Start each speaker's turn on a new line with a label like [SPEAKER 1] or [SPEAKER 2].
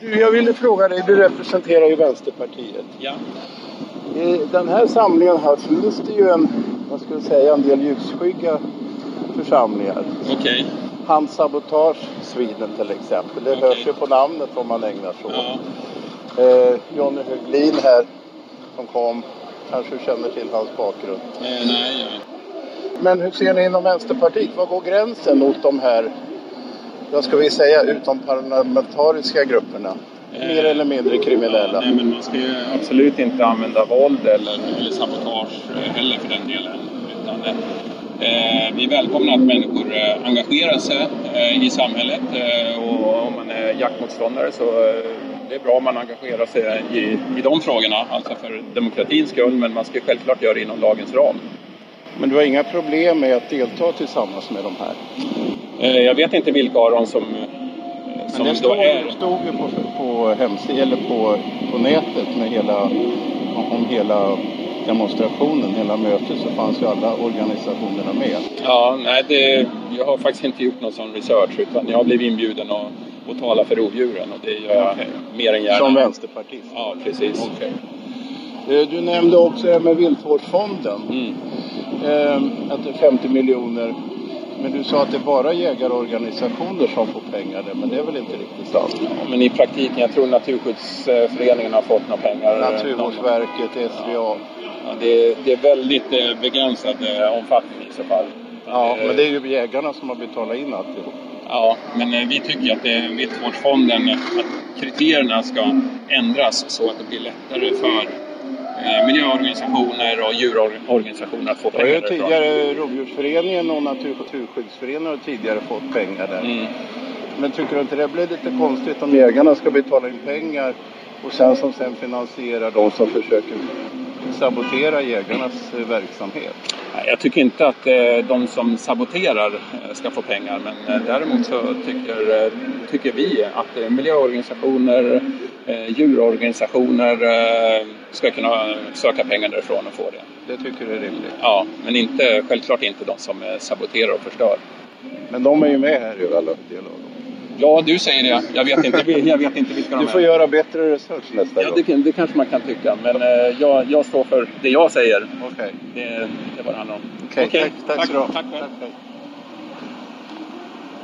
[SPEAKER 1] Du, jag ville fråga dig, du representerar ju Vänsterpartiet.
[SPEAKER 2] Ja.
[SPEAKER 1] I den här samlingen här finns det ju en, vad ska jag säga, en del ljusskygga församlingar.
[SPEAKER 2] Okej.
[SPEAKER 1] Hans Sabotage Sweden till exempel. Det
[SPEAKER 2] Okej.
[SPEAKER 1] hörs ju på namnet vad man ägnar sig åt.
[SPEAKER 2] Ja.
[SPEAKER 1] Eh, Johnny Höglin här som kom. Kanske du känner till hans bakgrund.
[SPEAKER 2] Eh, nej, jag vet
[SPEAKER 1] Men hur ser ni inom Vänsterpartiet? Var går gränsen mot de här, vad ska vi säga, utomparlamentariska grupperna?
[SPEAKER 2] Eh,
[SPEAKER 1] Mer eller mindre
[SPEAKER 2] Ja,
[SPEAKER 1] kriminella.
[SPEAKER 2] nej, men man ska ju absolut inte använda våld eller, eller sabotage eh, heller för den delen. Utan, eh, eh, vi välkomnar att människor eh, engagerar sig eh, i samhället eh, och om man är jaktmotståndare så eh, det är bra om man engagerar sig i, i de frågorna, alltså för demokratins skull, men man ska självklart göra det inom lagens ram.
[SPEAKER 1] Men du har inga problem med att delta tillsammans med de här?
[SPEAKER 2] Eh, jag vet inte vilka av dem som, eh,
[SPEAKER 1] Men
[SPEAKER 2] som
[SPEAKER 1] det
[SPEAKER 2] då
[SPEAKER 1] stod,
[SPEAKER 2] är...
[SPEAKER 1] stod ju på, på hemsidan, eller på, på nätet med hela, om hela demonstrationen, hela mötet så fanns ju alla organisationerna med.
[SPEAKER 2] Ja, nej, det, jag har faktiskt inte gjort någon sån research utan jag har blivit inbjuden att, att tala för rovdjuren och det gör jag
[SPEAKER 1] Okej.
[SPEAKER 2] mer än gärna.
[SPEAKER 1] Som vänsterpartist.
[SPEAKER 2] Ja, precis.
[SPEAKER 1] Eh, Du nämnde också det här med viltvårdsfonden.
[SPEAKER 2] Mm.
[SPEAKER 1] Eh, Att det är 50 miljoner. Men du sa att det är bara jägarorganisationer som får pengar där, men det är väl inte riktigt sant?
[SPEAKER 2] Ja, men i praktiken, jag tror Naturskyddsföreningen har fått några
[SPEAKER 1] Eh,
[SPEAKER 2] pengar.
[SPEAKER 1] Naturvårdsverket, SVA.
[SPEAKER 2] Ja, det, det är väldigt eh, begränsad eh, omfattning i så fall.
[SPEAKER 1] Ja,
[SPEAKER 2] Eh,
[SPEAKER 1] men det är ju jägarna som har betalat in alltihop.
[SPEAKER 2] Ja, men eh, vi tycker att eh, Viltvårdsfonden, eh, att kriterierna ska ändras så att det blir lättare för eh, miljöorganisationer och djurorganisationer att få
[SPEAKER 1] Det har
[SPEAKER 2] pengar
[SPEAKER 1] ju
[SPEAKER 2] därifrån.
[SPEAKER 1] tidigare Rovdjursföreningen och Natur- och Naturskyddsföreningen har tidigare fått pengar där.
[SPEAKER 2] Mm.
[SPEAKER 1] Men tycker du inte det blir lite konstigt om jägarna ska betala in pengar och sen som sen finansierar de som försöker sabotera jägarnas eh, verksamhet?
[SPEAKER 2] Nej, Jag tycker inte att eh, de som saboterar eh, ska få pengar men eh, däremot så tycker, eh, tycker vi att eh, miljöorganisationer, eh, djurorganisationer eh, ska kunna söka pengar därifrån och få det.
[SPEAKER 1] Det tycker du är rimligt.
[SPEAKER 2] Ja, men inte, självklart inte de som eh, saboterar och förstör.
[SPEAKER 1] Men de är ju med här i alla del av dem.
[SPEAKER 2] Ja, du säger det. Jag vet inte, jag vet inte vilka de
[SPEAKER 1] Du får
[SPEAKER 2] är.
[SPEAKER 1] göra bättre research nästa
[SPEAKER 2] Ja,
[SPEAKER 1] gång.
[SPEAKER 2] det, kan- det kanske man kan tycka, men eh, jag, jag står för det jag säger.
[SPEAKER 1] Okej.
[SPEAKER 2] Det, det är vad det handlar om.
[SPEAKER 1] Okej,
[SPEAKER 2] Okej,
[SPEAKER 1] tack, tack, så du ha.
[SPEAKER 2] tack, tack.
[SPEAKER 1] tack.